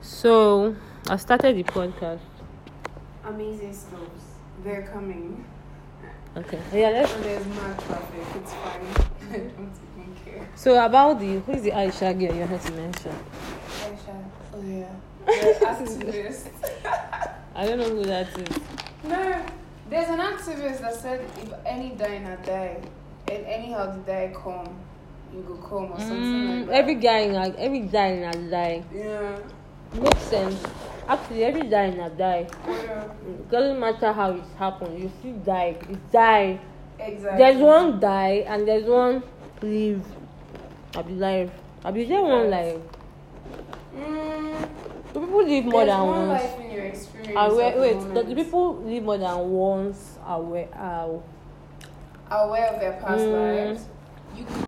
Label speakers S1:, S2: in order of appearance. S1: So I started the podcast.
S2: Amazing stops. They're coming.
S1: Okay. Yeah, let's.
S2: And Oh, there's mad traffic. It's fine. I don't even care.
S1: So about the who is the Aisha girl you had to mention?
S2: Aisha. Oh yeah. The activist.
S1: I don't know who that is.
S2: no. There's an activist that said if any diner die, and anyhow the die come, you go come or something
S1: Mm,
S2: like that.
S1: every guy in her, every guy in her die
S2: Yeah.
S1: makes sense. Actually, every guy in her die
S2: yeah.
S1: It doesn't matter how it happened. You still die. You die.
S2: Exactly.
S1: There's one die and there's one live. I be live. I be there one
S2: Right.
S1: live.
S2: Mm,
S1: Do people live more
S2: there's
S1: than
S2: one
S1: once?
S2: life in your experience.
S1: Aware,
S2: at the
S1: wait, do
S2: moment.
S1: the people live more than once aware? Uh,
S2: aware of their past
S1: Mm.
S2: lives, you could